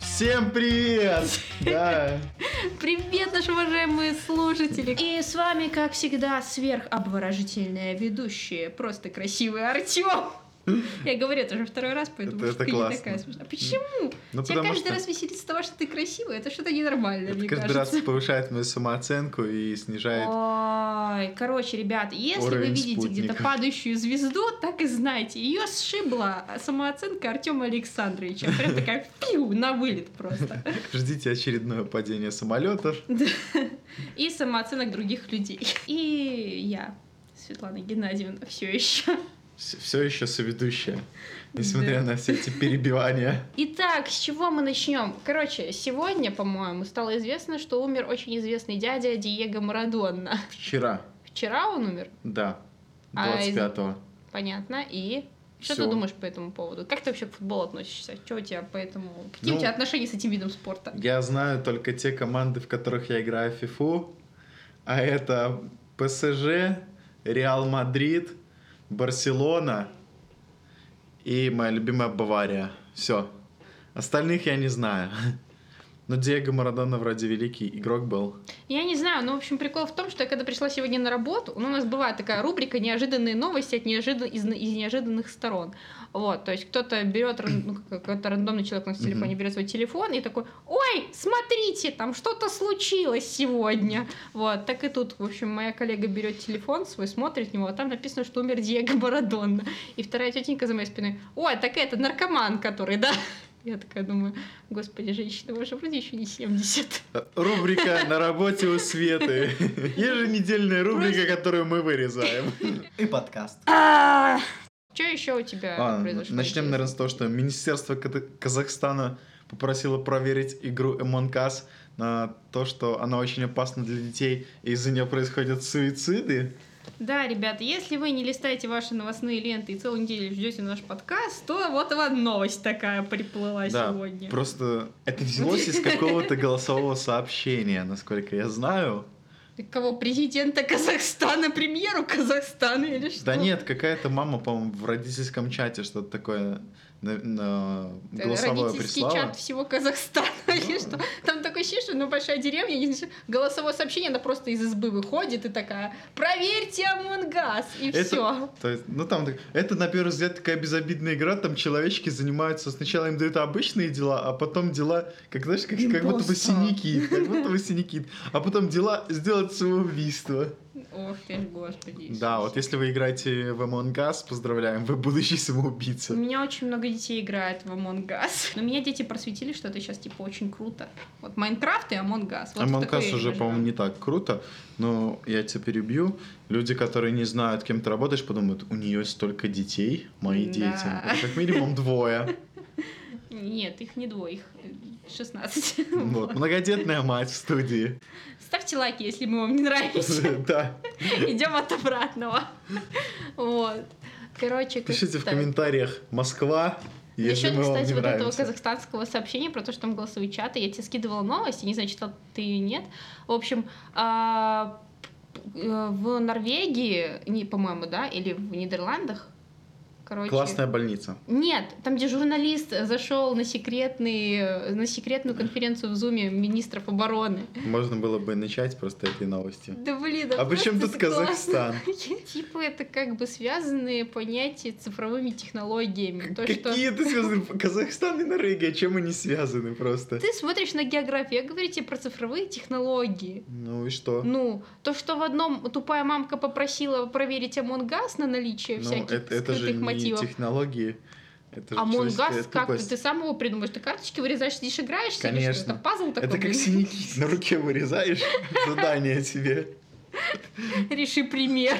Всем привет! Да. Привет, наши уважаемые слушатели! И с вами, как всегда, сверхобворожительная ведущая, просто красивый Артем. Я говорю это уже второй раз, поэтому Это- уж это ты классно. не такая смешная. Почему? Ну, Тебя потому каждый что раз веселит с того, что ты красивая, это что-то ненормальное, это мне каждый раз кажется. повышает мою самооценку и снижает... Ой, короче, ребят, если вы Уровень видите где-то спутника. падающую звезду, так и знайте, ее сшибла самооценка Артема Александровича. Прям такая пиу, на вылет просто. Ждите очередное падение самолетов. И самооценок других людей. И я, Светлана Геннадьевна, все еще. Все еще соведущая. Несмотря Да. на все эти перебивания. Итак, с чего мы начнем? Короче, сегодня, по-моему, стало известно, что умер очень известный дядя Диего Марадонна. Вчера, Вчера он умер, да, А из- 25-го. понятно, и... Что Всё. ты думаешь по этому поводу? Как ты вообще к футболу относишься? Что у тебя по этому... Какие Ну, у тебя отношения с этим видом спорта? Я знаю только те команды, в которых я играю в ФИФУ. А это ПСЖ, Реал Мадрид, Барселона и моя любимая Бавария. Все. Остальных я не знаю. Но Диего Марадона вроде великий игрок был. Я не знаю, но, в общем, прикол в том, что я когда пришла сегодня на работу, ну, у нас бывает такая рубрика «Неожиданные новости от неожидан... из... из неожиданных сторон». Вот, то есть кто-то берет, ран- ну, как- какой-то рандомный человек на телефоне берет свой телефон и такой «Ой, смотрите, там что-то случилось сегодня». Вот, так и тут, в общем, моя коллега берет телефон свой, смотрит в него, а там написано, что умер Диего Марадонна. И вторая тетенька за моей спиной «Ой, так это наркоман, который, да?» Я такая думаю, господи, женщина, уже вроде еще не 70. Рубрика «На работе у Светы». Еженедельная рубрика, которую мы вырезаем. И подкаст. Что еще у тебя Ладно, произошло? начнем, наверное, с того, что Министерство Ката- Казахстана попросило проверить игру Among Us на то, что она очень опасна для детей, и из-за нее происходят суициды. Да, ребята, если вы не листаете ваши новостные ленты и целую неделю ждете наш подкаст, то вот вам новость такая приплыла Да, сегодня. Просто Ну, это взялось из какого-то голосового сообщения, насколько я знаю. Ты Кого, президента Казахстана, премьеру Казахстана или что? Да нет, какая-то мама, по-моему, в родительском чате что-то такое на- на Это голосовое Э, Родительский прислала. чат всего Казахстана или Да. что? Там такое ощущение, что ну, большая деревня, не знаю, голосовое сообщение, она просто из избы выходит и такая «Проверьте Амунгас!» и Это- все. То есть, ну там, так- это на первый взгляд такая безобидная игра, там человечки занимаются, сначала им дают обычные дела, а потом дела, как знаешь, как, как будто бы Импостер. синяки, как будто бы синяки, а потом дела сделать самоубийство. Ох ты ж, господи. Да, Иисус. вот если вы играете в Among Us, поздравляем, вы будущий У самоубийца. меня очень много детей играет в Among Us. Но меня дети просветили, что это сейчас типа очень круто. Вот Майнкрафт и Among Us. Вот в Among такой Us я уже, живу. по-моему, не так круто, но я тебя перебью. Люди, которые не знают, кем ты работаешь, подумают, у нее столько детей, мои Да. дети. Это как минимум двое. Нет, их не двое, их э, 16. Вот, многодетная мать в студии. Ставьте лайки, если мы вам не нравимся. Да. Идем от обратного. Вот. Короче, Пишите в как-то так. комментариях Москва, если Насчет, мы вам кстати, не вот этого нравимся. казахстанского сообщения про то, что там голосовые чаты, я тебе скидывала новость, я не знаю, читал ты ее нет. В общем, а, п- э, в Норвегии, не, по-моему, да, или в Нидерландах, короче... Классная больница. Нет, там, где журналист зашел на, секретный, э, на секретную конференцию в Зуме министров обороны. Можно было бы начать просто этой новости. Да блин, А при чем просто тут это классно. Казахстан? Типа это как бы связанные понятия с цифровыми технологиями. То, что... Какие ты связаны? Казахстан и Норвегия, чем они связаны просто? Ты смотришь на географию, я говорю тебе про цифровые технологии. Ну и что? Ну, то, что в одном тупая мамка попросила проверить Амонгас на наличие Ну, всяких это, это же скрытых не мотивов. технологии. Это же человеческая Амонгас, как ты, тупость. ты сам его придумаешь? Ты карточки вырезаешь, сидишь, играешь? или Конечно. что? Это пазл такой, Это как блин? синяки на руке вырезаешь задание тебе. Реши пример.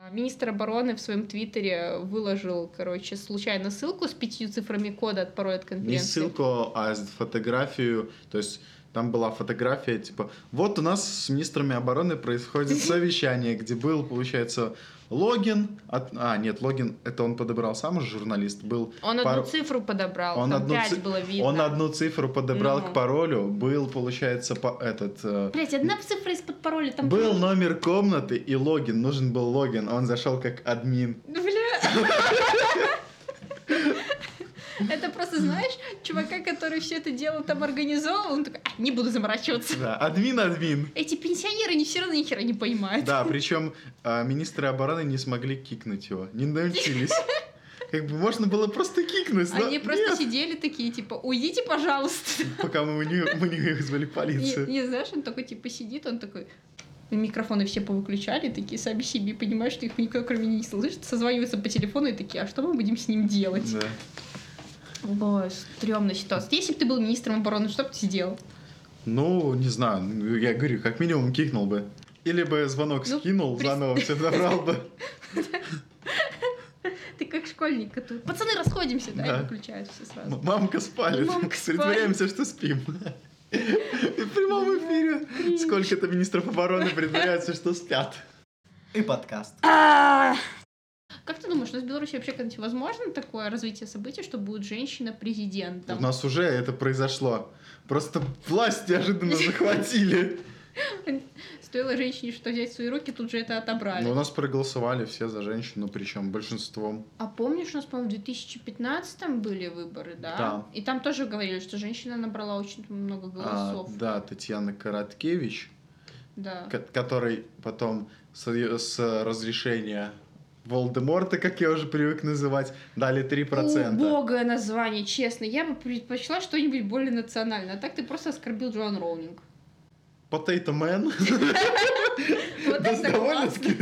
А, Министр обороны в своем твиттере выложил, короче, случайно ссылку с пятью цифрами кода от пароля от Не конференции. ссылку, а фотографию. То есть там была фотография, типа, вот у нас с министрами обороны происходит совещание, где был, получается, Логин, от- а, нет, Логин, это он подобрал сам же журналист, был, Он Пар- одну цифру подобрал, Он там одну пять ци- было видно. он одну цифру подобрал Ну. к паролю, был, получается, по, этот, э, Блять, одна цифра из-под пароля там... был номер комнаты и логин, нужен был логин, он Ну, зашел как админ. Бля. Это просто просто знаешь чувака, который все это дело там организовал, он такой, «А, не буду заморачиваться. Да, админ, админ. Эти пенсионеры ни все равно ни хера не понимают. Да, причем а, министры обороны не смогли кикнуть его, не научились. Как бы можно было просто кикнуть, но Они просто нет, сидели такие, типа, уйдите, пожалуйста. пока мы не, мы не вызвали Не, полицию. не, знаешь, он такой, типа, сидит, он такой, микрофоны все повыключали, такие сами себе понимают, что их никто кроме них не слышит, созваниваются по телефону и такие, а что мы будем с ним делать? Да. Ой, стрёмная ситуация. Если бы ты был министром обороны, что бы ты сделал? Ну, не знаю, ну, я говорю, как минимум кикнул бы. Или бы звонок Ну, скинул, при- заново все забрал бы. Ты как школьник, который... Пацаны, расходимся, да, Да. Ну. и выключают все сразу. М- Мамка спалит. Мамка спалит. Притворяемся, что спим. В прямом эфире. Сколько-то министров обороны притворяются, что спят. И подкаст. Как ты думаешь, у нас в Беларуси вообще когда-нибудь возможно такое развитие событий, что будет женщина У президентом? нас уже это произошло. Просто власть неожиданно захватили. Стоило женщине что взять в свои руки, тут же это отобрали. Но у нас проголосовали все за женщину, причем большинством. А помнишь, у нас, по-моему, в 2015 были выборы, да? Да. И там тоже говорили, что женщина набрала очень много А, голосов. да, Татьяна Короткевич. да. Ко- который потом с, её- с разрешения Волдеморта, как я уже привык называть, дали 3%. Убогое название, честно. Я бы предпочла что-нибудь более национальное. А так ты просто оскорбил Джоан Роулинг. Potato Man. Вот это классно. довольно-таки.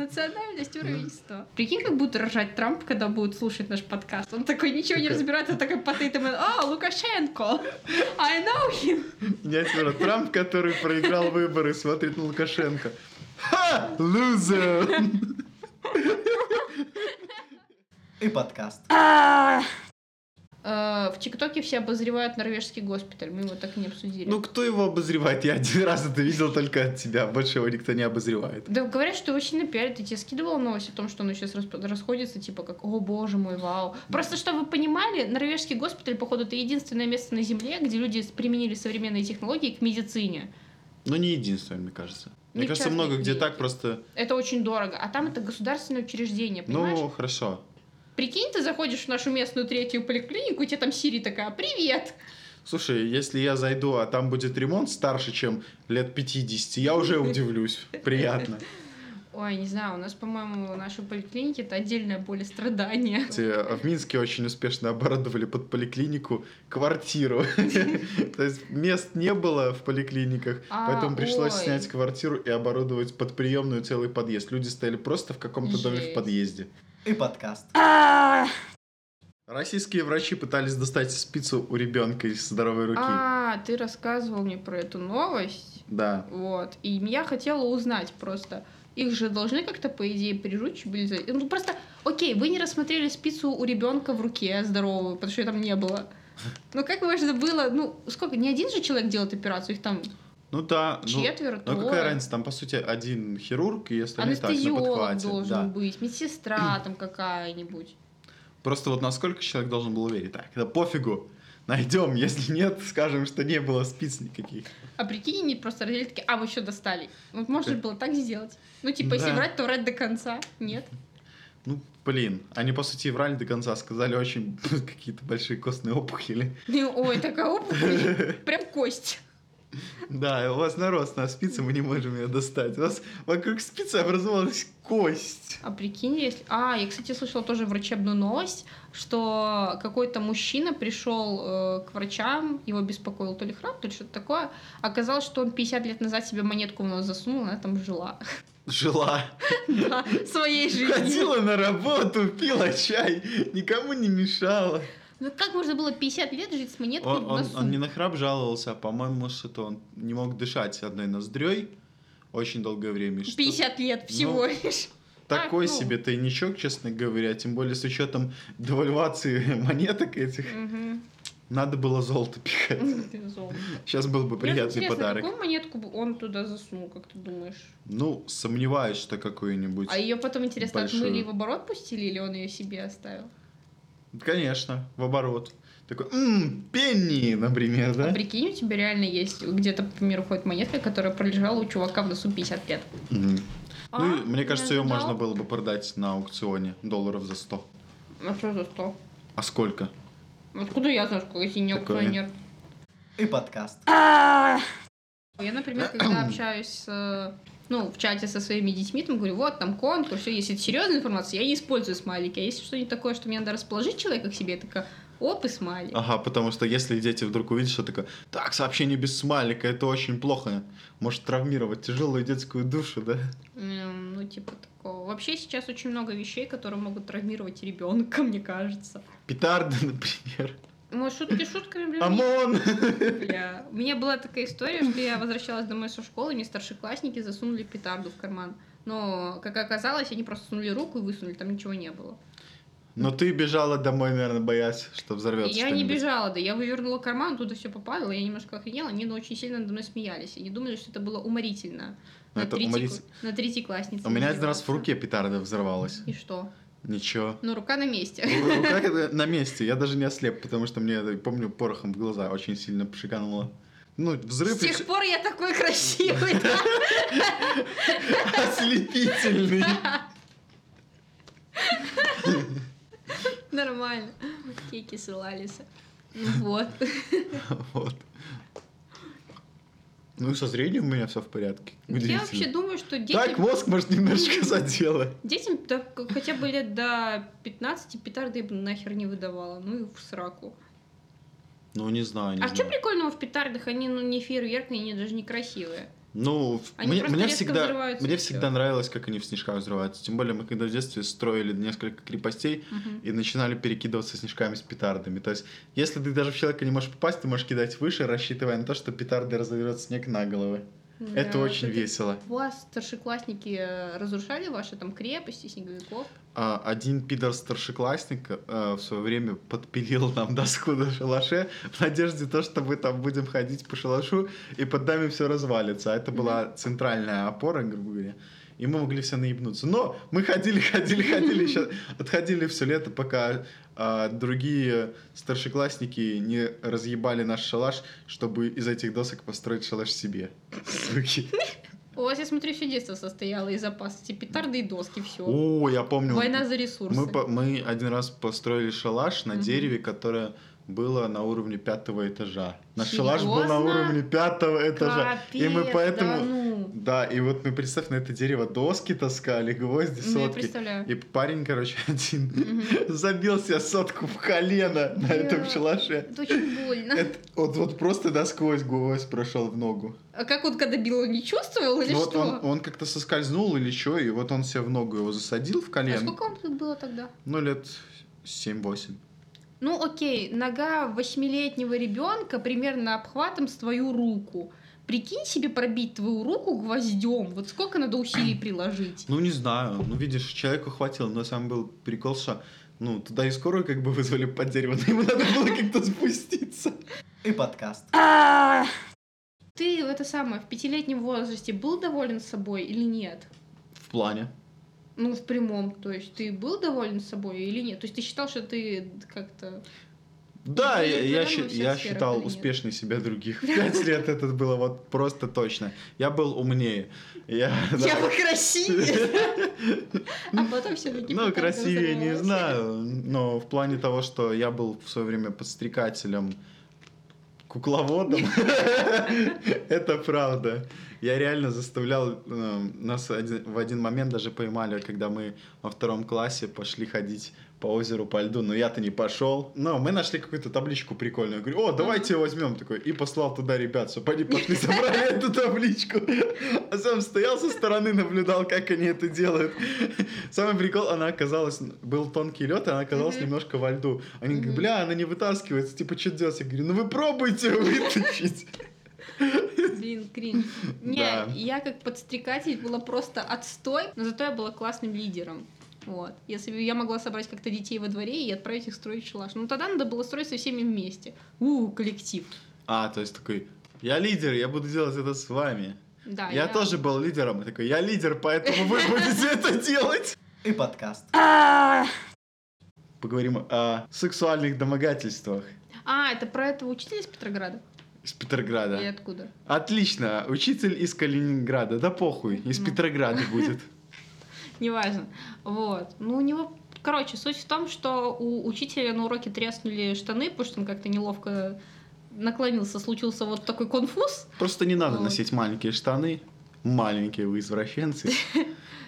Национальность уровень 100. Прикинь, как будут рожать Трамп, когда будут слушать наш подкаст. Он такой ничего не Такой. разбирает, он такой потейтом. А, Лукашенко! I know him! Миниатюра Трамп, который проиграл выборы, смотрит на Лукашенко. Ха! Лузер! И подкаст. Э, В ТикТоке все обозревают норвежский госпиталь. Мы его так и не обсудили. Ну, кто его обозревает? Я один раз это видел только от тебя. Больше его никто не обозревает. Да говорят, что его сильно пиарят. Я тебе скидывала новость о том, что он сейчас расп- расходится, типа как «О, боже мой, вау». Просто, чтобы вы понимали, норвежский госпиталь, походу, это единственное место на Земле, где люди с- применили современные технологии к медицине. Но Ну, не единственное, мне кажется. Ну, Мне кажется, частные много где клиники. так просто Это очень дорого. А там это государственное учреждение, понимаешь? Ну, хорошо. Прикинь, ты заходишь в нашу местную третью поликлинику, и тебе там Сири такая «Привет!» Слушай, если я зайду, а там будет ремонт старше, чем лет 50, я уже удивлюсь. Приятно. Ой, не знаю, у нас, по-моему, в нашей поликлинике это отдельное более страдание. Кстати, В Минске очень успешно оборудовали под поликлинику квартиру. То есть мест не было в поликлиниках, А, поэтому пришлось ой. снять квартиру и оборудовать под приемную целый подъезд. Люди стояли просто в каком-то доме в Жесть. А! подъезде. И подкаст. Российские врачи пытались достать спицу у ребенка из здоровой руки. А, ты рассказывал мне про эту новость. Да. Вот. И я хотела узнать просто. Их же должны как-то, по идее, приручить были. за- Ну просто, окей, вы не рассмотрели спицу у ребенка в руке здоровую, потому что ее там не было. Ну как можно было, ну сколько, не один же человек делает операцию, их там Ну да. ну- четверо, Ну трое. какая разница, там по сути один хирург и остальные так на Анестезиолог подхвате. должен да. быть, медсестра там какая-нибудь. Просто вот насколько человек должен был верить. Так, да пофигу, найдем, если нет, скажем, что не было спиц никаких. А прикинь, они просто родили такие, а, вы еще достали. Вот можно же было так сделать. Ну, типа, если Да. врать, то врать до конца. Нет. Ну, блин, они по сути и врали до конца, сказали очень какие-то большие костные опухоли. Ну, Ой, такая опухоль. Прям кость. Да, у вас наростная спица, мы не можем ее достать. У вас вокруг спицы образовалась кость. А прикинь, если... А, я, кстати, слышала тоже врачебную новость, что какой-то мужчина пришел э, к врачам, его беспокоил то ли храп, то ли что-то такое. Оказалось, что он 50 лет назад себе монетку в нос засунул, она там жила. Жила. Да, своей жизнью. Ходила на работу, пила чай, никому не мешала. Ну как можно было 50 лет жить с монеткой Он, в он- носу? он не на храп жаловался, а, по-моему, что-то он не мог дышать одной ноздрёй очень долгое время. и что 50 лет Ну, всего лишь. Такой а, ну. себе тайничок, честно говоря, тем более с учетом девальвации монеток этих. Мгм. Надо было золото пихать. Ты зол. Сейчас был бы Мне вот приятный интересно, подарок. Какую монетку бы он туда засунул, как ты думаешь? Ну, сомневаюсь, что какую-нибудь. А ее потом, интересно, большую. отмыли и в оборот пустили, или он ее себе оставил? Конечно, в оборот. Такой, «М, пенни, например, А да? прикинь, у тебя реально есть где-то, по миру ходит монетка, которая пролежала у чувака в носу 50 лет. Мгм. Ну, и А, мне не кажется, ее ожидал. можно было бы продать на аукционе долларов за 100. А что за 100? А сколько? Откуда я знаю, что я синий Такое. акционер? И подкаст. Я, например, когда общаюсь с, э, ну, в чате со своими детьми, там говорю, вот там конкурс, все, если это серьезная информация, я не использую смайлики. А если что-нибудь такое, что мне надо расположить человека к себе, я такая, оп, и смайлик. Ага, потому что если дети вдруг увидят, что такое, так, сообщение без смайлика, это очень плохо, может травмировать тяжелую детскую душу, да? Эм, Ну, типа такого. Вообще сейчас очень много вещей, которые могут травмировать ребенка, мне кажется. Петарды, например. Может, шутки шутками, А блин, ОМОН! Бля, У меня была такая история, что я возвращалась домой со школы, мне старшеклассники засунули петарду в карман. Но, как оказалось, они просто сунули руку и высунули, там ничего не было. Но ты бежала домой, наверное, боясь, что И взорвется я не что-нибудь. бежала, да, я вывернула карман, туда все попадало, я немножко охренела, они ну, очень сильно надо мной смеялись. Они думали, что это было уморительно. Но На Ну, это третий умориц- ку- На третий класснице. У меня один раз в издеваться. руке петарда взорвалась. И что? Ничего. Ну, рука на месте. Ну, Как это на месте? Я даже не ослеп, потому что мне, это, помню, порохом в глаза очень сильно пшикануло. Ну, С взрыв и тех пор я такой красивый, да? ослепительный. Нормально. Кеки ссылались. Ну вот. Вот. Ну, со зрением у меня все в порядке. Я Удивительно. вообще думаю, что дети... Так, мозг, может, немножечко задела. Детям да, к- хотя бы лет до 15 петарды я бы нахер не выдавала. Ну и в сраку. Ну, не знаю, не а что знаю. прикольного в петардах? Они ну, не фейерверкные, они даже не красивые. Ну, в- Они мне, просто мне резко всегда, взрываются, и мне всё. всегда нравилось, как они в снежках взрываются. Тем более, мы когда в детстве строили несколько крепостей и начинали перекидываться снежками с петардами. То есть, если ты даже в человека не можешь попасть, ты можешь кидать выше, рассчитывая на то, что петарды разовьет снег на головы. Ну Да, это очень вот весело. У вас старшеклассники э, разрушали ваши там крепости, снеговиков? А, один пидор-старшеклассник э, в свое время подпилил нам доску на шалаше в надежде то, что мы там будем ходить по шалашу, и под нами все развалится. А это была центральная опора, грубо говоря. И мы могли все наебнуться. Но мы ходили, ходили, ходили, еще отходили все лето, пока а, другие старшеклассники не разъебали наш шалаш, чтобы из этих досок построить шалаш себе. Суки. У вас, я смотрю, все детство состояло из запаса. Эти петарды и доски, все. О, я помню. Война за ресурсы. ну, Мы, по- мы один раз построили шалаш на Мгм. дереве, которое было на уровне пятого этажа. Наш шалаш был на Серьёзно? уровне пятого этажа. и мы Капец, поэтому- да ну. Да, и вот мы, представь, на это дерево доски таскали, гвозди, Ну, я сотки. представляю. И парень, короче, один Мгм. забил себе сотку в колено на Бля. этом шалаше. Это очень больно. Это, вот, вот просто насквозь гвоздь прошел в ногу. А как он когда бил, он не чувствовал или Ну, вот что? А он, он как-то соскользнул или что, и вот он себе в ногу его засадил в А колено. сколько вам тут было тогда? Ну, лет 7-8. Ну окей, нога восьмилетнего ребенка примерно обхватом с твою руку. Прикинь себе пробить твою руку гвоздем. Вот сколько надо усилий приложить. Ну, не знаю. Ну, видишь, человеку хватило, но сам был прикол, что ну, туда и скорую как бы вызвали под дерево, но ему надо было как-то спуститься. И подкаст. Ты в это самое в пятилетнем возрасте был доволен собой или нет? В плане. Ну, в прямом, то есть ты был доволен собой или нет? То есть ты считал, что ты как-то... Да, Ну, я, ты я, прям щи- во всех я сферах или считал нет? успешней себя других. В пять лет это было вот просто точно. Я был умнее. Я, да. Я покрасивее! А потом все таки Ну, красивее не знаю, но в плане того, что я был в свое время подстрекателем кукловодом, это правда. Я реально заставлял э, нас один- в один момент даже поймали, когда мы во втором классе пошли ходить по озеру по льду, но я-то не пошел. Но мы нашли какую-то табличку прикольную. Я говорю, о, давайте возьмем такой. И послал туда ребят, чтобы они пошли собрали эту табличку. А сам стоял со стороны, наблюдал, как они это делают. Самый прикол, она оказалась, был тонкий лед, и она оказалась Мгм. немножко во льду. Они говорят, Мгм. бля, она не вытаскивается, типа, что делать? Я говорю, ну вы пробуйте вытащить. Блин, кринж. Не, Да. я как подстрекатель была просто отстой, но зато я была классным лидером. Вот. Если бы я могла собрать как-то детей во дворе и отправить их строить шалаш. Ну тогда надо было строить со всеми вместе. У, коллектив. А, то есть такой, я лидер, я буду делать это с вами. Да, я, тоже был лидером. И такой, я лидер, поэтому вы будете это делать. И подкаст. А, Поговорим о сексуальных домогательствах А, это про этого учителя из Петрограда? из Петрограда. Или откуда? Отлично, учитель из Калининграда. Да похуй, из Ну. Петрограда будет. Неважно. Вот. Ну, у него Короче, суть в том, что у учителя на уроке треснули штаны, потому что он как-то неловко наклонился, случился вот такой конфуз. Просто не надо Вот. носить маленькие штаны. Маленькие вы извращенцы.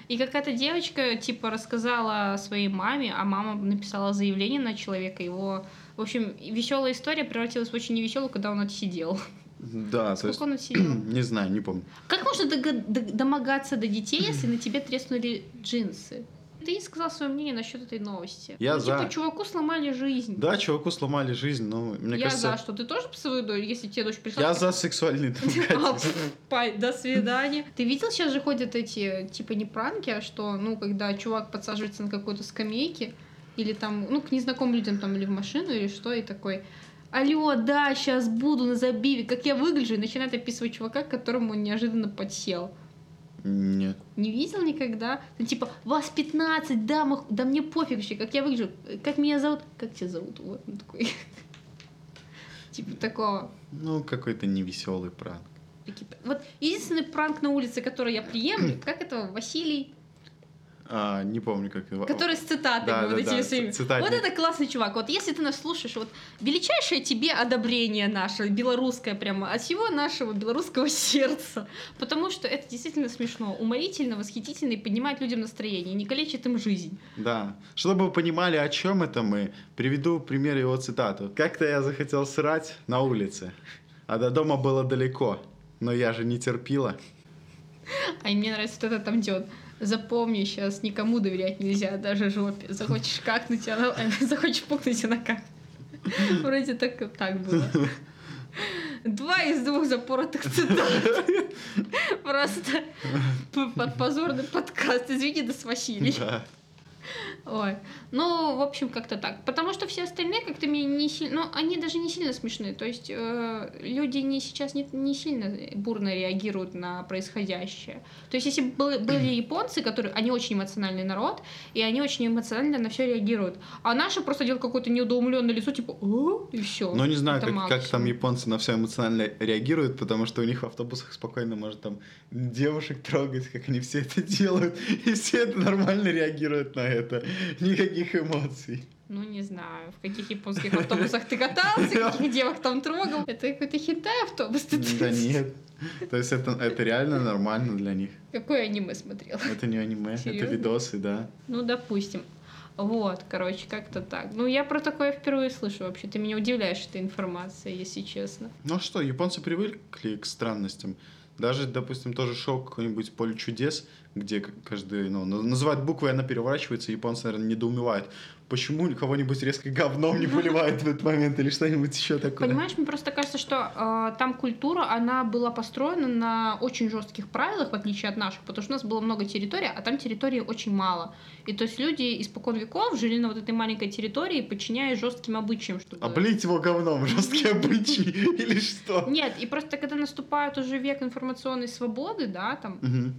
И какая-то девочка, типа, рассказала своей маме, а мама написала заявление на человека, его... В общем, веселая история превратилась в очень невеселую, когда он отсидел. Да, то Сколько есть... он отсидел? Не знаю, не помню. Как можно дога- д- домогаться до детей, если на тебе треснули джинсы? Ты не сказал свое мнение насчет этой новости. Я ну, за. типа, чуваку сломали жизнь. Да, чуваку сломали жизнь, но мне Я кажется... за что. Ты тоже по своей дочь, если тебе дочь пришла? Я ты- за сексуальный А, домогательство. пф, пай, До свидания. Ты видел, сейчас же ходят эти, типа, не пранки, а что, ну, когда чувак подсаживается на какой-то скамейке, или там, ну, к незнакомым людям там, или в машину, или что, и такой, алло, да, сейчас буду на забиве, как я выгляжу, и начинает описывать чувака, к которому он неожиданно подсел. Нет. Не видел никогда? Ну, типа, вас 15, да, мах- да мне пофиг вообще, как я выгляжу, как меня зовут, как тебя зовут, вот, он такой. Типа такого. Ну, какой-то невеселый пранк. Такие, Вот единственный пранк на улице, который я приемлю, как это Василий, А, не помню, как его. который с цитатами Да, вот да, этими да, своими. ц- цитатник. Вот это классный чувак. Вот если ты нас слушаешь, вот величайшее тебе одобрение наше, белорусское прямо, от всего нашего белорусского сердца. Потому что это действительно смешно, уморительно, восхитительно и поднимает людям настроение, не калечит им жизнь. Да. Чтобы вы понимали, о чем это мы, приведу пример его цитату. Как-то я захотел срать на улице, а до дома было далеко, но я же не терпила. А и мне нравится вот это там, где он, запомни, сейчас никому доверять нельзя, даже жопе. Захочешь какнуть, она... э, захочешь пукнуть, она как. Вроде так, так было. Два из двух запоротых цитат. Просто п- под позорный подкаст. Извини, да с Василий. Да. Ой. Ну, в общем, как-то так. Потому что все остальные как-то мне не сильно... Ну, они даже не сильно смешные. То есть э, люди не, сейчас не, не сильно бурно реагируют на происходящее. То есть если бы были, были японцы, которые... Они очень эмоциональный народ, и они очень эмоционально на все реагируют. А наши просто делают какое-то неудоумленное лицо, типа... «О?» И все. Но Ну, не знаю, как, как там японцы на все эмоционально реагируют, потому что у них в автобусах спокойно может там девушек трогать, как они все это делают, и все это нормально реагируют на это. Никаких эмоций. Ну, не знаю, в каких японских автобусах ты катался, каких девок там трогал. Это какой-то хитай автобус. ты- Да нет. То есть это, это реально нормально для них. Какое аниме смотрел? Это не аниме, это Серьёзно? видосы, да. Ну, допустим. Вот, короче, как-то так. Ну, я про такое впервые слышу вообще. Ты меня удивляешь этой информацией, если честно. Ну а что, японцы привыкли к странностям. Даже, допустим, тоже шоу какой-нибудь «Поле чудес», где к- каждый, ну, на- называют буквы, и она переворачивается, и японцы, наверное, недоумевают. Почему кого-нибудь резко говном не поливают в этот момент или что-нибудь еще такое? Понимаешь, мне просто кажется, что э, там культура, она была построена на очень жестких правилах, в отличие от наших, потому что у нас было много территорий, а там территории очень мало. И то есть люди испокон веков жили на вот этой маленькой территории, подчиняясь жестким обычаям, чтобы... Облить А его говном, жесткие обычаи или что? Нет, и просто когда наступает уже век информационной свободы, да, там Мгм.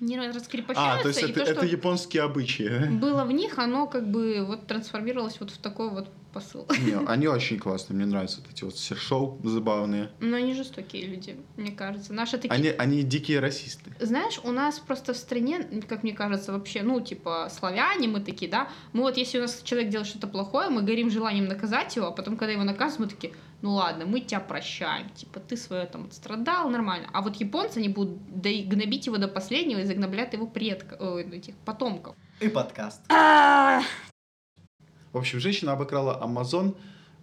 не раскрепощаются, А, то есть и это, то, что... это японские обычаи, да? было в них, оно как бы вот трансформировалось вот в такой вот посыл. Не, они очень классные, мне нравятся вот эти вот шоу забавные. Но они жестокие люди, мне кажется. Наши такие... Они, они дикие расисты. Знаешь, у нас просто в стране, как мне кажется, вообще, ну, типа, славяне мы такие, да? Мы вот, если у нас человек делает что-то плохое, мы горим желанием наказать его, а потом, когда его наказывают, мы такие, ну ладно, мы тебя прощаем. Типа, ты свое там страдал, нормально. А вот японцы, они будут да и гнобить его до последнего и загноблят его предков, этих потомков. И подкаст. А. В общем, женщина обыкрала Амазон,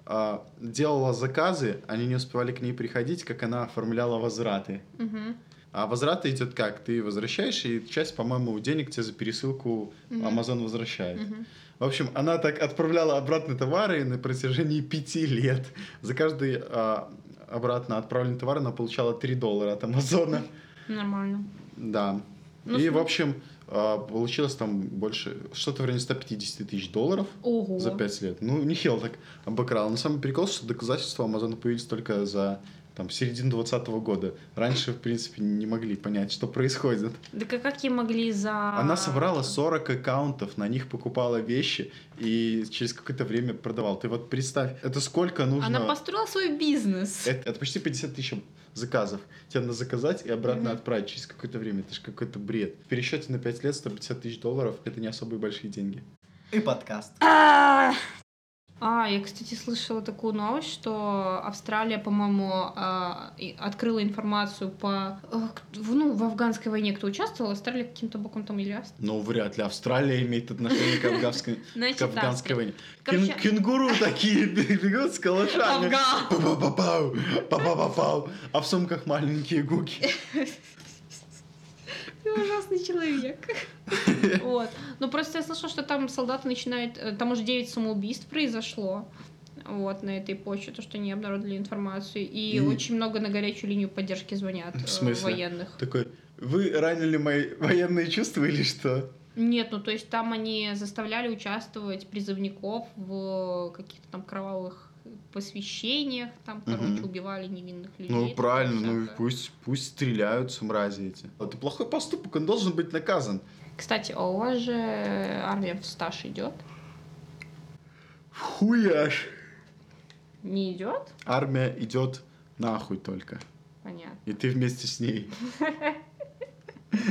а, делала заказы, они не успевали к ней приходить, как она оформляла возвраты. Мгм. А возвраты идет как? Ты возвращаешь, и часть, по-моему, денег тебе за пересылку Мгм. Амазон возвращает. Мгм. В общем, она так отправляла обратно товары на протяжении пяти лет. За каждый а, обратно отправленный товар она получала 3 доллара от Амазона. Нормально. Да. Ну, и, см- в общем, а, получилось там больше, что-то в районе 150 тысяч долларов. Ого. За пять лет. Ну, нехило так обыкрал. Но самый прикол, что доказательства Амазона появились только за там, середину 2020 года. Раньше, в принципе, не могли понять, что происходит. Да как, как ей могли за... Она собрала 40 аккаунтов, на них покупала вещи и через какое-то время продавала. Ты вот представь, это сколько нужно... Она построила свой бизнес. Это, это почти 50 тысяч заказов. Тебе надо заказать и обратно Мгм. отправить через какое-то время. Это же какой-то бред. В пересчете на 5 лет 150 тысяч долларов — это не особо и большие деньги. И и подкаст. А, я, кстати, слышала такую новость, что Австралия, по-моему, а, и открыла информацию по... э, к- в- Ну, в афганской войне кто участвовал, Австралия каким-то боком там или Австралия. Ну, вряд ли. Австралия имеет отношение к афганской, к Значит, да. афганской войне. Кен- Короче, Кенгуру такие бегут с калашами. Афган. Па-па-па-пау, па-па-па-пау. А в сумках маленькие гуки. Ты ужасный человек. Вот. Ну, просто я слышала, что там солдаты начинают... э, Там уже 9 самоубийств произошло. Вот, на этой почве, то, что они обнародовали информацию. И Мгм. очень много на горячую линию поддержки звонят В э, смысле? военных. Такой, вы ранили мои военные чувства или что? Нет, ну то есть там они заставляли участвовать призывников в каких-то там кровавых посвящениях, там, короче, Мгм. убивали невинных людей. Ну, там правильно, ну всякое. пусть, пусть стреляются мрази эти. Это А плохой поступок, он должен быть наказан. Кстати, а у вас же армия в стаж идет? Хуяш. Не идет? Армия идет нахуй только. Понятно. И ты вместе с ней.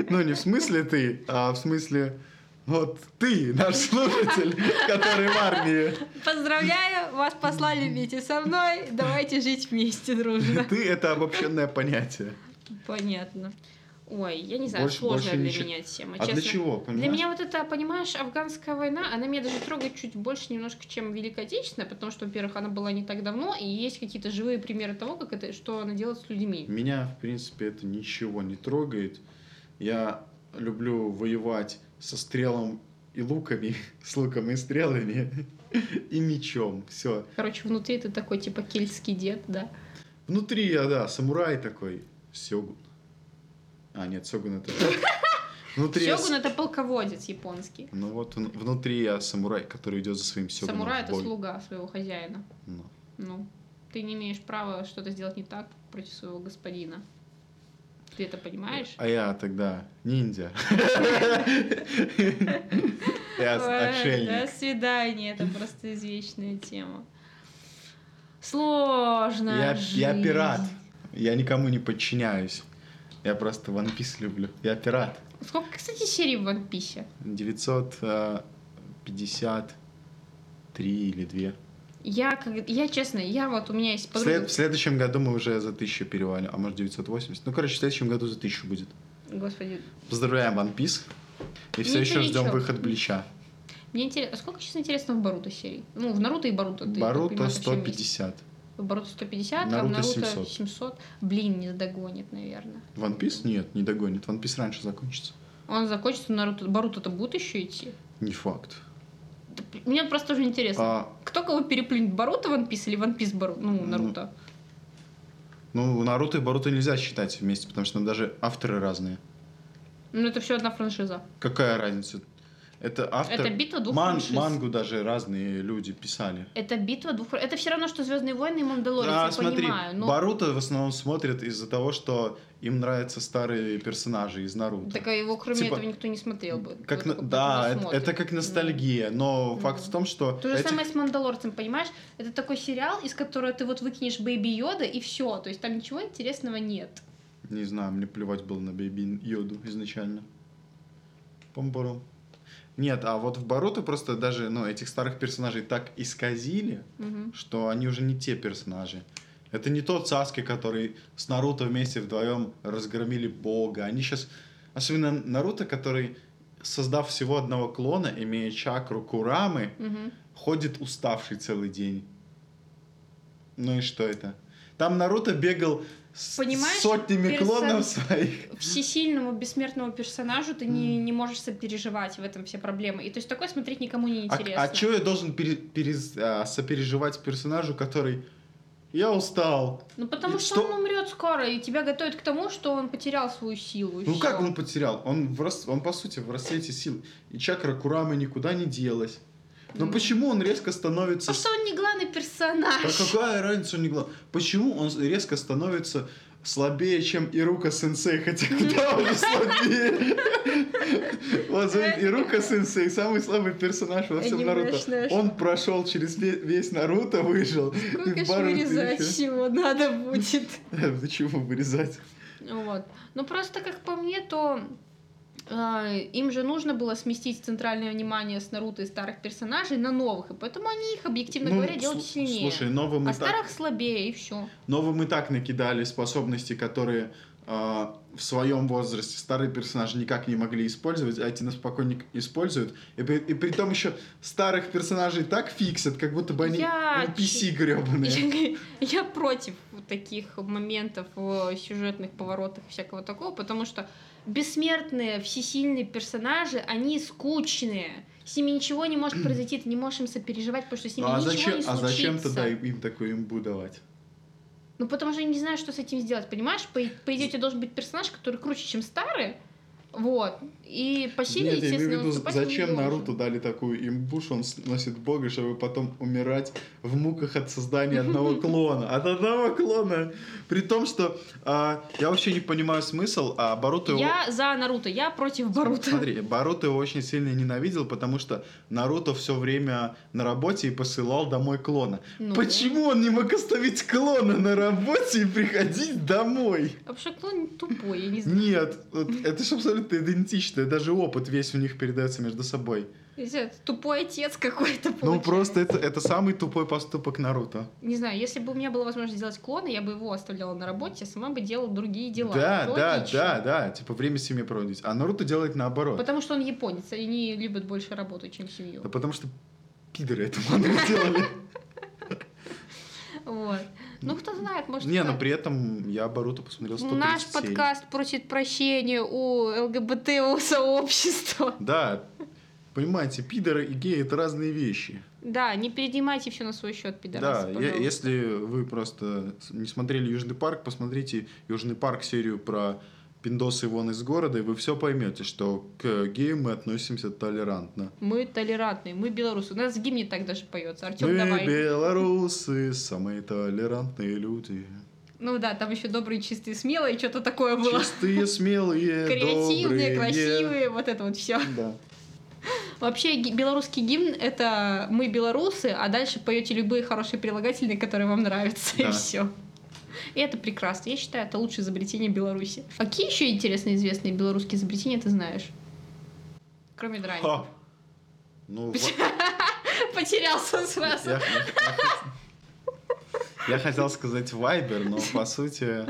Ну, не в смысле ты, а в смысле... Вот ты, наш слушатель, который в армии. Поздравляю, вас послали вместе со мной. Давайте жить вместе дружно. Ты — это обобщенное понятие. Понятно. Ой, я не знаю, Больше- сложная больше для ничего. меня тема. А для честно. чего, Для понимаешь? меня вот это, понимаешь, афганская война, она меня даже трогает чуть больше немножко, чем Великая Отечественная, потому что, во-первых, она была не так давно, и есть какие-то живые примеры того, как это, что она делает с людьми. Меня, в принципе, это ничего не трогает. Я люблю воевать со стрелом и луками, с луком и стрелами, и мечом. Все. Короче, внутри ты такой, типа, кельтский дед, да? Внутри я, да, самурай такой. Сёгун. А, нет, сёгун это... Внутри я с- Сёгун — это полководец японский. Ну вот он- внутри я самурай, который идет за своим сёгуном. Самурай — в это бой. слуга своего хозяина. Ну. Ну, ты не имеешь права что-то сделать не так против своего господина. Ты это понимаешь? А я тогда ниндзя. Я Ой, с- Э, До отшельник. свидания, это просто извечная тема. Сложно. Я- я пират. Я никому не подчиняюсь. Я просто One Piece люблю. Я пират. Сколько, кстати, серий в One Piece? 953 или 2. Я, как- я честно, я вот, у меня есть В, подруга... след- в следующем году мы уже за 1000 перевалим, а может 980. Ну, короче, в следующем году за 1000 будет. Господи, Поздравляем One Piece. И Ну, все еще ждем Ничего. выход Блича. мне интересно, а сколько сейчас интересно в Баруто серий? Ну, в Наруто и Баруто. ты, ты Баруто понимаешь, вообще вместе. 150. В Баруто 150, а в Наруто Наруто 700. 700. Блин, не догонит, наверное. One Piece? Нет, не догонит. One Piece раньше закончится. Он закончится, Наруто... Баруто-то будет еще идти? Не факт. Да, блин, Мне просто уже интересно. А, Кто кого переплюнет, Баруто One Piece или One Piece Бару... ну, Ну, Наруто? ну, Наруто и Баруто нельзя считать вместе, потому что там даже авторы разные. Ну, это все одна франшиза. Какая разница? Это автор... Это битва двух Ман- франшиз. Мангу даже разные люди писали. Это битва двух... фра- Это все равно, что Звездные войны и Мандалорец, я понимаю. Но... Баруто А, в основном смотрят из-за того, что им нравятся старые персонажи из Наруто. Так а его кроме Типа, этого никто не смотрел бы. Как Кто на- такой Да, не это, смотрит? это как Ну. ностальгия, но Ну. факт в том, что... То же эти- самое с Мандалорцем, понимаешь? Это такой сериал, из которого ты вот выкинешь Бэйби Йода и все. То есть там ничего интересного нет. Не знаю, мне плевать было на Бейби Йоду изначально. Помбором. Нет, а вот в Баруто просто даже ну, этих старых персонажей так исказили, Мгм. что они уже не те персонажи. Это не тот Саски, который с Наруто вместе вдвоем разгромили бога. Они сейчас... Особенно Наруто, который, создав всего одного клона, имея чакру Курамы, Мгм. ходит уставший целый день. Ну и что это? Там Наруто бегал с Понимаешь, сотнями персон- клонов своих. всесильному бессмертному персонажу ты не, не можешь сопереживать в этом все проблемы. И то есть такое смотреть никому не А, интересно. а чё я должен пере- перез- а, сопереживать персонажу, который... Я устал. Ну потому И что, что- он умрет скоро, и тебя готовят к тому, что он потерял свою силу. и Ну как всё. он потерял? Он, в рас- он по сути в рассвете сил. И чакра Курамы никуда не делась. Но Ну. почему он резко становится... с- Потому что он не главный Да персонаж. какая разница, он не главное. Почему он резко становится слабее, чем Ирука Сенсей, хотя куда уже слабее. Вот зовут Ирука Сенсей, самый слабый персонаж во всем Наруто. Э, Анимешная Он прошел через ве- весь Наруто, выжил. Сколько И ж Бару вырезать Тихо. всего надо будет. Почему вырезать? Вот. Ну просто, как по мне, то э, им же нужно было сместить центральное внимание с Наруто и старых персонажей на новых, и поэтому они их, объективно Ну, говоря, делают слу- сильнее. Слушай, новым а и так старых слабее, и все. Новым и так накидали способности, которые э, в своем возрасте старые персонажи никак не могли использовать, а эти на спокойник используют. И при, и при том еще старых персонажей так фиксят, как будто бы они Я NPC гребаные. Я, я против вот таких моментов в сюжетных поворотах и всякого такого, потому что бессмертные, всесильные персонажи, они скучные. С ними ничего не может произойти, ты не можешь им сопереживать, потому что с ними Ну, а ничего зачем, не а случится. зачем тогда им им такую имбу давать? Ну, потому что я не знаю, что с этим сделать, понимаешь? По, по идее, у тебя должен быть персонаж, который круче, чем старый, вот, и по силе, Нет, я имею в естественно, виду, уступать не зачем должен. Наруто дали такую имбу, что он носит бога, чтобы потом умирать в муках от создания одного клона. От одного клона! При том, что а, я вообще не понимаю смысл, а Боруто... его- Я за Наруто, я против Боруто. Смотри, Боруто его очень сильно ненавидел, потому что Наруто все время на работе и посылал домой клона. Ну. Почему он не мог оставить клона на работе и приходить домой? А потому что клон тупой, я не знаю. Нет, вот это же абсолютно идентично, и даже опыт весь у них передается между собой. Если это Тупой отец какой-то Ну получается. просто это, это самый тупой поступок Наруто. Не знаю, если бы у меня была возможность делать клоны, я бы его оставляла на работе, а сама бы делала другие дела. Да, Это да, логично. да, да, типа время семьи проводить. А Наруто делает наоборот. Потому что он японец, и они любят больше работу, чем семью. Да потому что пидоры это мангу делали. Вот. Ну, кто знает, может... Не, но так. при этом я Боруто посмотрел 137. Наш подкаст просит прощения у ЛГБТ сообщества. Да, понимаете, пидоры и геи это разные вещи. Да, не перенимайте все на свой счет, пидорасы, да, е- пожалуйста. если вы просто с- не смотрели Южный парк, посмотрите Южный парк серию про пиндосы вон из города, и вы все поймете, что к геям мы относимся толерантно. Мы толерантные, мы белорусы. У нас в гимне так даже поется. Артем, мы давай. белорусы, самые толерантные люди. Ну да, там еще добрые, чистые, смелые, что-то такое было. Чистые, смелые, Креативные, добрые. красивые, вот это вот все. Да. Вообще, ги- белорусский гимн — это «Мы белорусы», а дальше поете любые хорошие прилагательные, которые вам нравятся, Да. и все. И это прекрасно. Я считаю, это лучшее изобретение Беларуси. А какие еще интересные, известные белорусские изобретения ты знаешь? Кроме Ха. драников. Ну, вот Потерялся сразу. я, я хотел сказать Viber, но по сути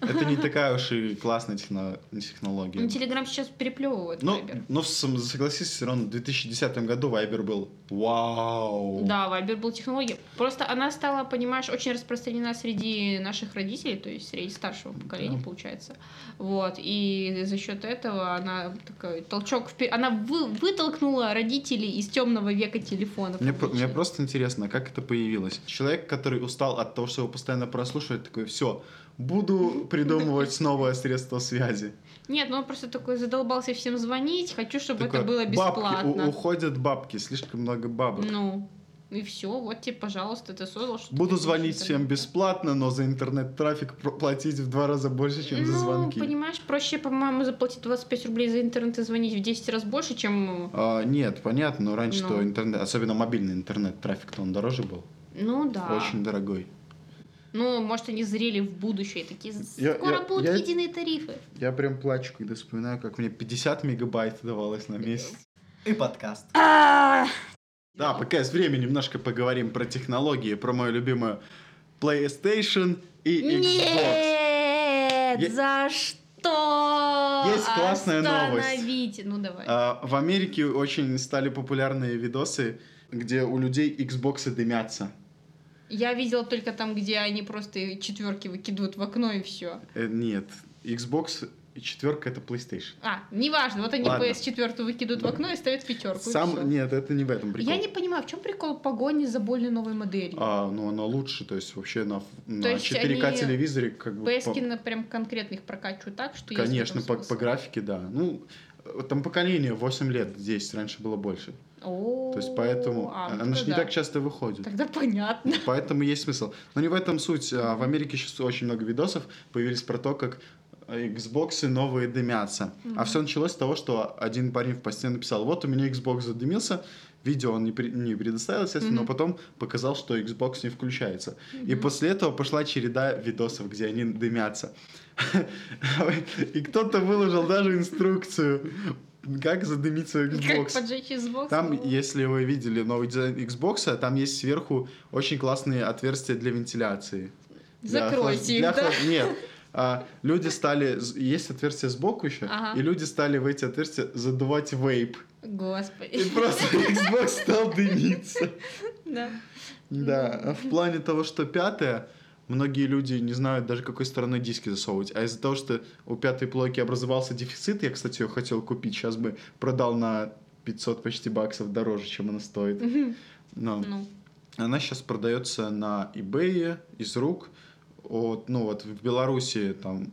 это не такая уж и классная техно- технология. Ну, Телеграм сейчас переплевывает Ну, Вайбер. ну, в сам- согласись, все равно в 2010 году Вайбер был вау. Да, Вайбер был технологией. Просто она стала, понимаешь, очень распространена среди наших родителей, то есть среди старшего поколения, Да. получается. Вот. И за счет этого она такой толчок вперед. Она вы- вытолкнула родителей из темного века телефонов. Мне, про- мне обычных. просто интересно, как это появилось. Человек, который устал от того, что его постоянно прослушивают, такой, все, буду придумывать новое средство связи. Нет, ну он просто такой задолбался всем звонить. Хочу, чтобы Такой, это было «Бабки, у- бесплатно. уходят бабки, слишком много бабок. ну. И все, вот тебе, пожалуйста, ты создал что Буду звонить всем бесплатно, но за интернет-трафик про- платить в два раза больше, чем за ну, звонки. понимаешь, проще, по-моему, заплатить 25 рублей за интернет и звонить в 10 раз больше, чем А, нет, понятно, но раньше Ну. то интернет, особенно мобильный интернет-трафик, то он дороже был. Ну да. Очень дорогой. Ну, может, они зрели в будущее и такие. Я- Скоро я- будут я- единые тарифы. Я прям плачу, когда вспоминаю, как мне 50 мегабайт давалось на месяц. И подкаст. Да, пока есть время, немножко поговорим про технологии, про мою любимую PlayStation и Xbox. Нет, Е- за что? Есть классная новость. Остановите. Ну давай. А, в Америке очень стали популярные видосы, где у людей Xbox дымятся. Я видела только там, где они просто четверки выкидывают в окно и все. Э, нет, Xbox четверка это PlayStation. А, неважно, вот они Ладно. PS4 выкидывают в окно и ставят пятерку. и всё. Сам, нет, это не в этом прикол. Я не понимаю, в чем прикол погони за более новой моделью. А, ну она лучше, то есть вообще на, на есть 4К они телевизоре как бы... по- PS-ки на прям конкретных прокачивают так, что есть в Конечно, этом по, по смысл. графике, да. Ну, э, там поколение 8 лет здесь, раньше было больше. То есть О, поэтому... а, ну она же не тогда так часто выходит. Тогда понятно. Поэтому есть смысл. Но не в этом суть. А В Америке сейчас очень много видосов появились про то, как э, Xbox новые дымятся. А Мгм. все началось с того, что один парень в посте написал, вот у меня Xbox задымился, видео он не, при- не предоставил, естественно, но Мгм. потом показал, что Xbox не включается. И Мгм. после этого пошла череда видосов, где они дымятся. И кто-то выложил даже инструкцию, как задымить свой Как Xbox. поджечь Xbox? Ну, Там, если вы видели новый дизайн Xbox, там есть сверху очень классные отверстия для вентиляции. Для охлаж- Закройте для их, да? охлаж- Нет. А, люди стали... з- Есть отверстие сбоку еще, Ага. и люди стали в эти отверстия задувать вейп. И Господи. просто Xbox стал дымиться. Да. Да, а в плане того, что пятое, многие люди не знают даже какой стороны диски засовывать. А из-за того, что у пятой плойки образовался дефицит, я, кстати, ее хотел купить, сейчас бы продал на 500 почти баксов дороже, чем она стоит. Мгм. Но Ну, она сейчас продается на eBay из рук. От, ну вот в Беларуси там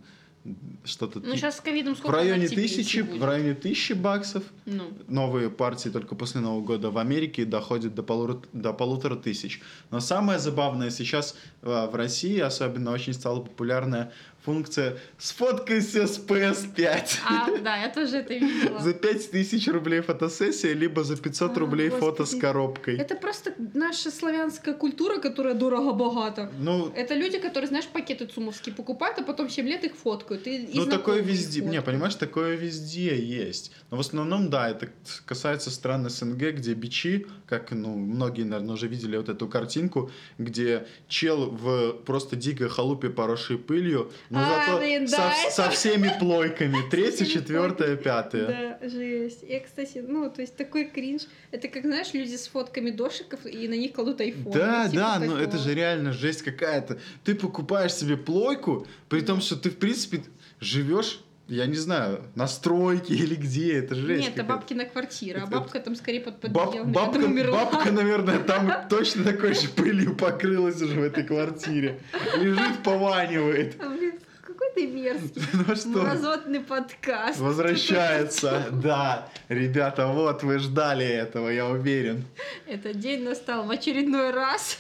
что-то ну ти- сейчас с ковидом в сколько районе на тебе идти тысячи, будет? в районе тысячи баксов. Ну, Новые партии только после Нового года в Америке доходят до, полу- до полутора тысяч. Но самое забавное сейчас э, в России особенно очень стала популярная функция «Сфоткайся с PS5». а, да, я тоже это видела. За 5000 рублей фотосессия, либо за 500 А, рублей фото с господи. коробкой. Это просто наша славянская культура, которая дорого-богата. Ну, Это люди, которые, знаешь, пакеты цумовские покупают, а потом 7 лет их фоткают. И, и Ну, такое знакомых везде. Не, фоткают. понимаешь, такое везде есть. Но в основном, да, это касается стран СНГ, где бичи, как, ну, многие, наверное, уже видели вот эту картинку, где чел в просто дикой халупе, поросшей пылью, но А, зато блин, со, да, со всеми плойками. Третья, всеми четвертая, пятая. Да, жесть. Я, кстати, ну, то есть такой кринж. Это как, знаешь, люди с фотками дошиков и на них кладут айфон. Да, Типа да, но такого. это же реально жесть какая-то. Ты покупаешь себе плойку, при том, что ты, в принципе, живешь, я не знаю, на стройке или где, это жесть. Нет, это какая-то. бабкина квартира, а Это- бабка там скорее под Баб- подъемной. Я бабка, думаю, умерла. бабка, наверное, там точно такой же пылью покрылась уже в этой квартире. Лежит, пованивает. А, Блин, какой ты мерзкий. Ну что, Мразотный подкаст. возвращается. Да, ребята, вот вы ждали этого, я уверен. Этот день настал в очередной раз,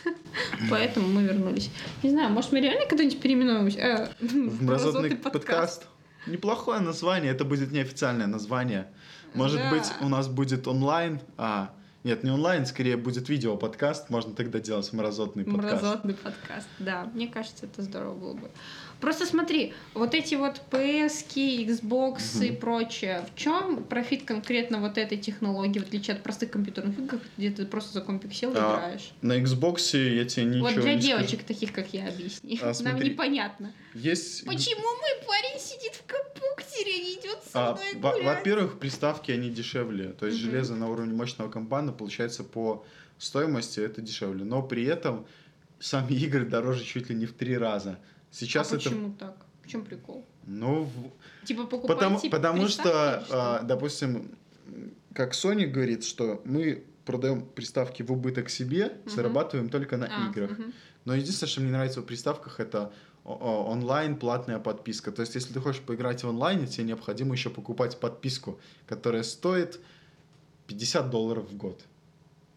поэтому мы вернулись. Не знаю, может, мы реально когда-нибудь переименуемся? Э, В мразотный подкаст. Неплохое название, это будет неофициальное название. Может Да. быть, у нас будет онлайн, а... Нет, не онлайн, скорее будет видео-подкаст. Можно тогда делать мразотный подкаст. Мразотный подкаст, да. Мне кажется, это здорово было бы. Просто смотри, вот эти вот PS, Xbox и Мгм. прочее, в чем профит конкретно вот этой технологии, в отличие от простых компьютерных игр, где ты просто за комп пиксел А, играешь? На Xbox я тебе ничего Вот для не скажу. девочек, таких как я, объясни. А, Нам смотри. непонятно. Есть... Почему мой парень сидит в компуктере Ну и не идет со А, мной во- гулять? во-первых, приставки они дешевле. То есть Мгм. железо на уровне мощного компана получается по стоимости это дешевле. Но при этом сами игры дороже чуть ли не в три раза. Сейчас а это. почему так? В чем прикол? Ну, в- Типа покупать потому, себе потому что, приставки, а, допустим, м, как Sony говорит, что мы продаем приставки в убыток себе, зарабатываем только на А, играх. мгм. Но единственное, что мне нравится в приставках, это о- о- онлайн платная подписка. То есть, если ты хочешь поиграть в онлайне, тебе необходимо еще покупать подписку, которая стоит 50 долларов в год.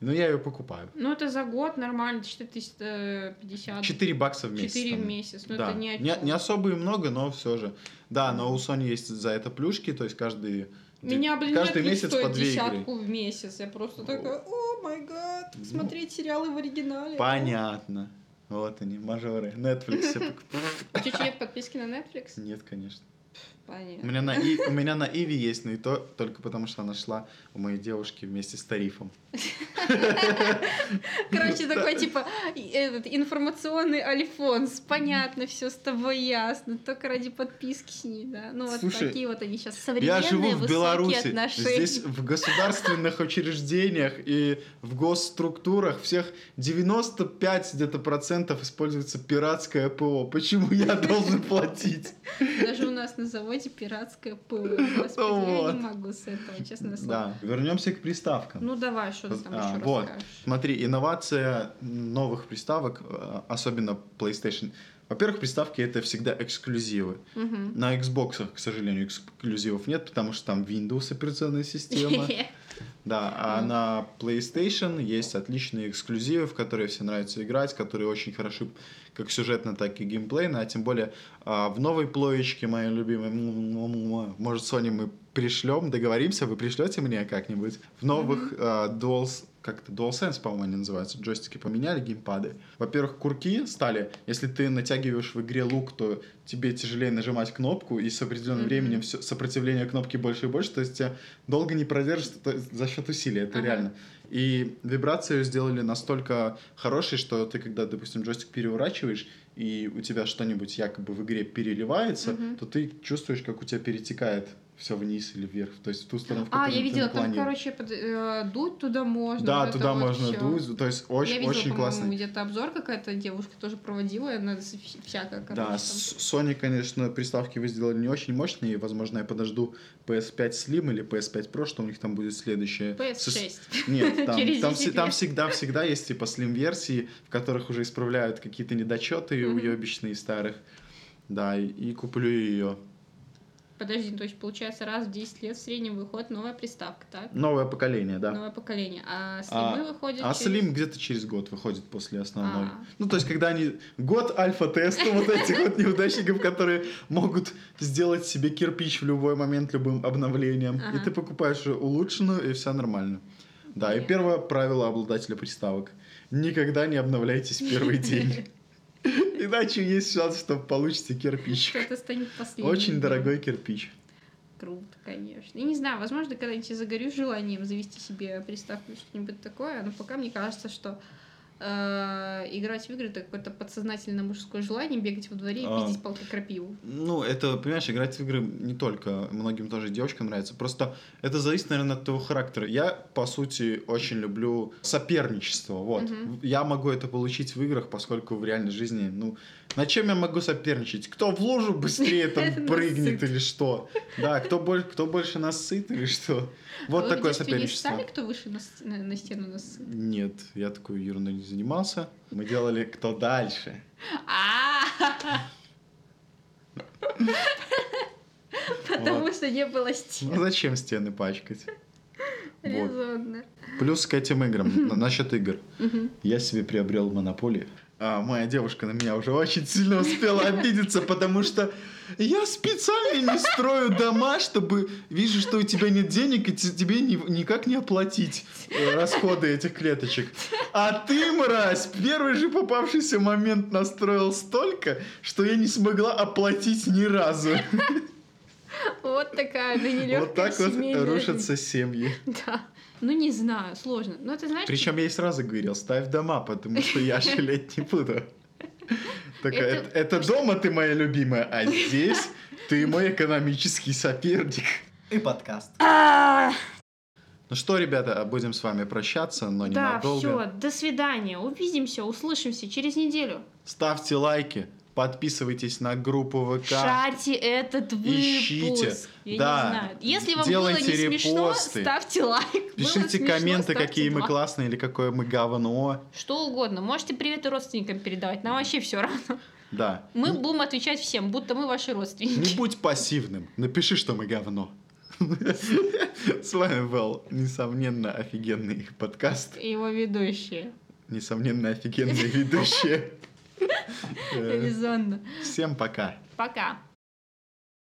Но я ее покупаю. Ну это за год нормально, 450. 4 бакса в месяц. 4 в там. месяц. Ну да. это ни о не, чем. не особо и много, но все же. Да, но у Sony есть за это плюшки, то есть каждый, Меня, блин, каждый Netflix месяц стоит по 2 игры. десятку в месяц. Я просто такая, о май гад, Ну. смотреть сериалы в оригинале. Понятно. Вот они, мажоры. Netflix. все покуп- У тебя нет подписки на Netflix? Нет, конечно. У Понятно. меня, на И- у меня на Иви есть, но и то только потому, что она шла у моей девушки вместе с тарифом. Короче, такой типа и- этот информационный альфонс. Понятно, все с тобой ясно. Только ради подписки с ней, да. Ну вот Слушай, такие вот они сейчас Я современные, живу в высокие Беларуси. отношения. Здесь в государственных учреждениях и в госструктурах всех 95 где-то процентов используется пиратское ПО. Почему я должен платить? Даже у нас на заводе пиратское пыло. Господи, я Вот. не могу с этого, честное слово. Да. Вернемся к приставкам. Ну давай, что ты там А, еще вот. расскажешь. Смотри, инновация новых приставок, э, особенно PlayStation. Во-первых, приставки это всегда эксклюзивы. Мгм. На Xbox, к сожалению, эксклюзивов нет, потому что там Windows операционная А, система. Да, а Ну. на PlayStation есть отличные эксклюзивы, в которые все нравится играть, которые очень хороши как сюжетно, так и геймплейно, а тем более а, в новой плоечке моей любимой, му-му-му-му, может, Sony мы пришлем, договоримся, вы пришлете мне как-нибудь. В новых а, Duals, как это, DualSense, по-моему, они называются, джойстики поменяли, геймпады. Во-первых, курки стали, если ты натягиваешь в игре лук, то тебе тяжелее нажимать кнопку, и с определенным Мгм. временем всё- сопротивление кнопки больше и больше, то есть тебя долго не продержится то есть за счет усилия, это Ага. реально. И вибрацию сделали настолько хорошей, что ты, когда, допустим, джойстик переворачиваешь, и у тебя что-нибудь якобы в игре переливается, Мгм. то ты чувствуешь, как у тебя перетекает все вниз или вверх, то есть в ту сторону, в А, которую я ты видела, там, наклонил. короче, под- э, дуть туда можно. вот Да, это туда вот можно всё. дуть, то есть я очень, видела, очень по-моему, классно. где-то обзор какая-то девушка тоже проводила, и она с- всякая, короче. Да, там. с- Sony, конечно, приставки вы сделали не очень мощные, и, возможно, я подожду PS5 Slim или PS5 Pro, что у них там будет следующее. С- PS6. Нет, там, Через там 10 все- там лет. всегда, всегда есть типа Slim-версии, в которых уже исправляют какие-то недочеты Мгм. уебищные старых. Да, и, и куплю ее. Подожди, ну, то есть получается раз в 10 лет в среднем выходит новая приставка, так? Новое поколение, да. Новое поколение. А А- слимы выходят А через- Slim где-то через год выходит после основной. А. Ну, то есть, когда они... Год альфа-теста вот этих вот неудачников, которые могут сделать себе кирпич в любой момент, любым обновлением. И Ага. ты покупаешь уже улучшенную, и все нормально. Да, и Понятно. первое правило обладателя приставок. Никогда не обновляйтесь в первый день. Иначе есть шанс, что получите кирпич. Что-то станет последним. Очень да. дорогой кирпич. Круто, конечно. Я не знаю, возможно, когда-нибудь я загорюсь желанием завести себе приставку или что-нибудь такое, но пока мне кажется, что э, играть в игры это какое-то подсознательно мужское желание бегать во дворе и А. пиздить палкой крапиву. Ну, это, понимаешь, играть в игры не только, многим тоже девочкам нравится. Просто это зависит, наверное, от твоего характера. Я, по сути, очень люблю соперничество, вот. Мгм. Я могу это получить в играх, поскольку в реальной жизни, ну, на чем я могу соперничать? Кто в лужу быстрее там Насыт. прыгнет или что? Да, кто больше, кто больше насыт или что? А Вот вы в такое детстве не соперничество. встали, кто выше на, с- на- на стену нас? Нет, я такой ерундой не занимался. Мы делали кто дальше. А! Потому что не было Ну стен. зачем стены пачкать? Вот. Резонно. Плюс к этим играм, на- насчет игр. Мгм. Я себе приобрел монополию. А моя девушка на меня уже очень сильно успела обидеться, потому что я специально не строю дома, чтобы вижу, что у тебя нет денег, и те- тебе ни- никак не оплатить э, расходы этих клеточек. А ты, мразь, в первый же попавшийся момент настроил столько, что я не смогла оплатить ни разу. Вот такая она нелегкая Вот так вот семейная жизнь. рушатся семьи. Да. Ну, не знаю, сложно. Но ты знаешь, Причем я и сразу говорил, ставь дома, потому что я жалеть не буду. Такая, Это- это, это дома ты моя любимая, а здесь ты мой экономический соперник. И подкаст. А, Ну что, ребята, будем с вами прощаться, но Да, ненадолго. все, до свидания. Увидимся, услышимся через неделю. Ставьте лайки, подписывайтесь на группу ВК. Шарьте этот выпуск. Ищите. Я Да. не знаю. Если вам Делайте было не смешно, репосты. ставьте лайк. Было Пишите смешно, комменты, ставьте какие мы два. классные или какое мы говно. Что угодно. Можете приветы родственникам передавать. Нам вообще все равно. Да. Мы Н- будем отвечать всем, будто мы ваши родственники. Не будь пассивным, напиши, что мы говно. С вами был, несомненно, офигенный подкаст. И Его ведущие. Несомненно, офигенные ведущие. Э, Элизонда. Всем пока. Пока.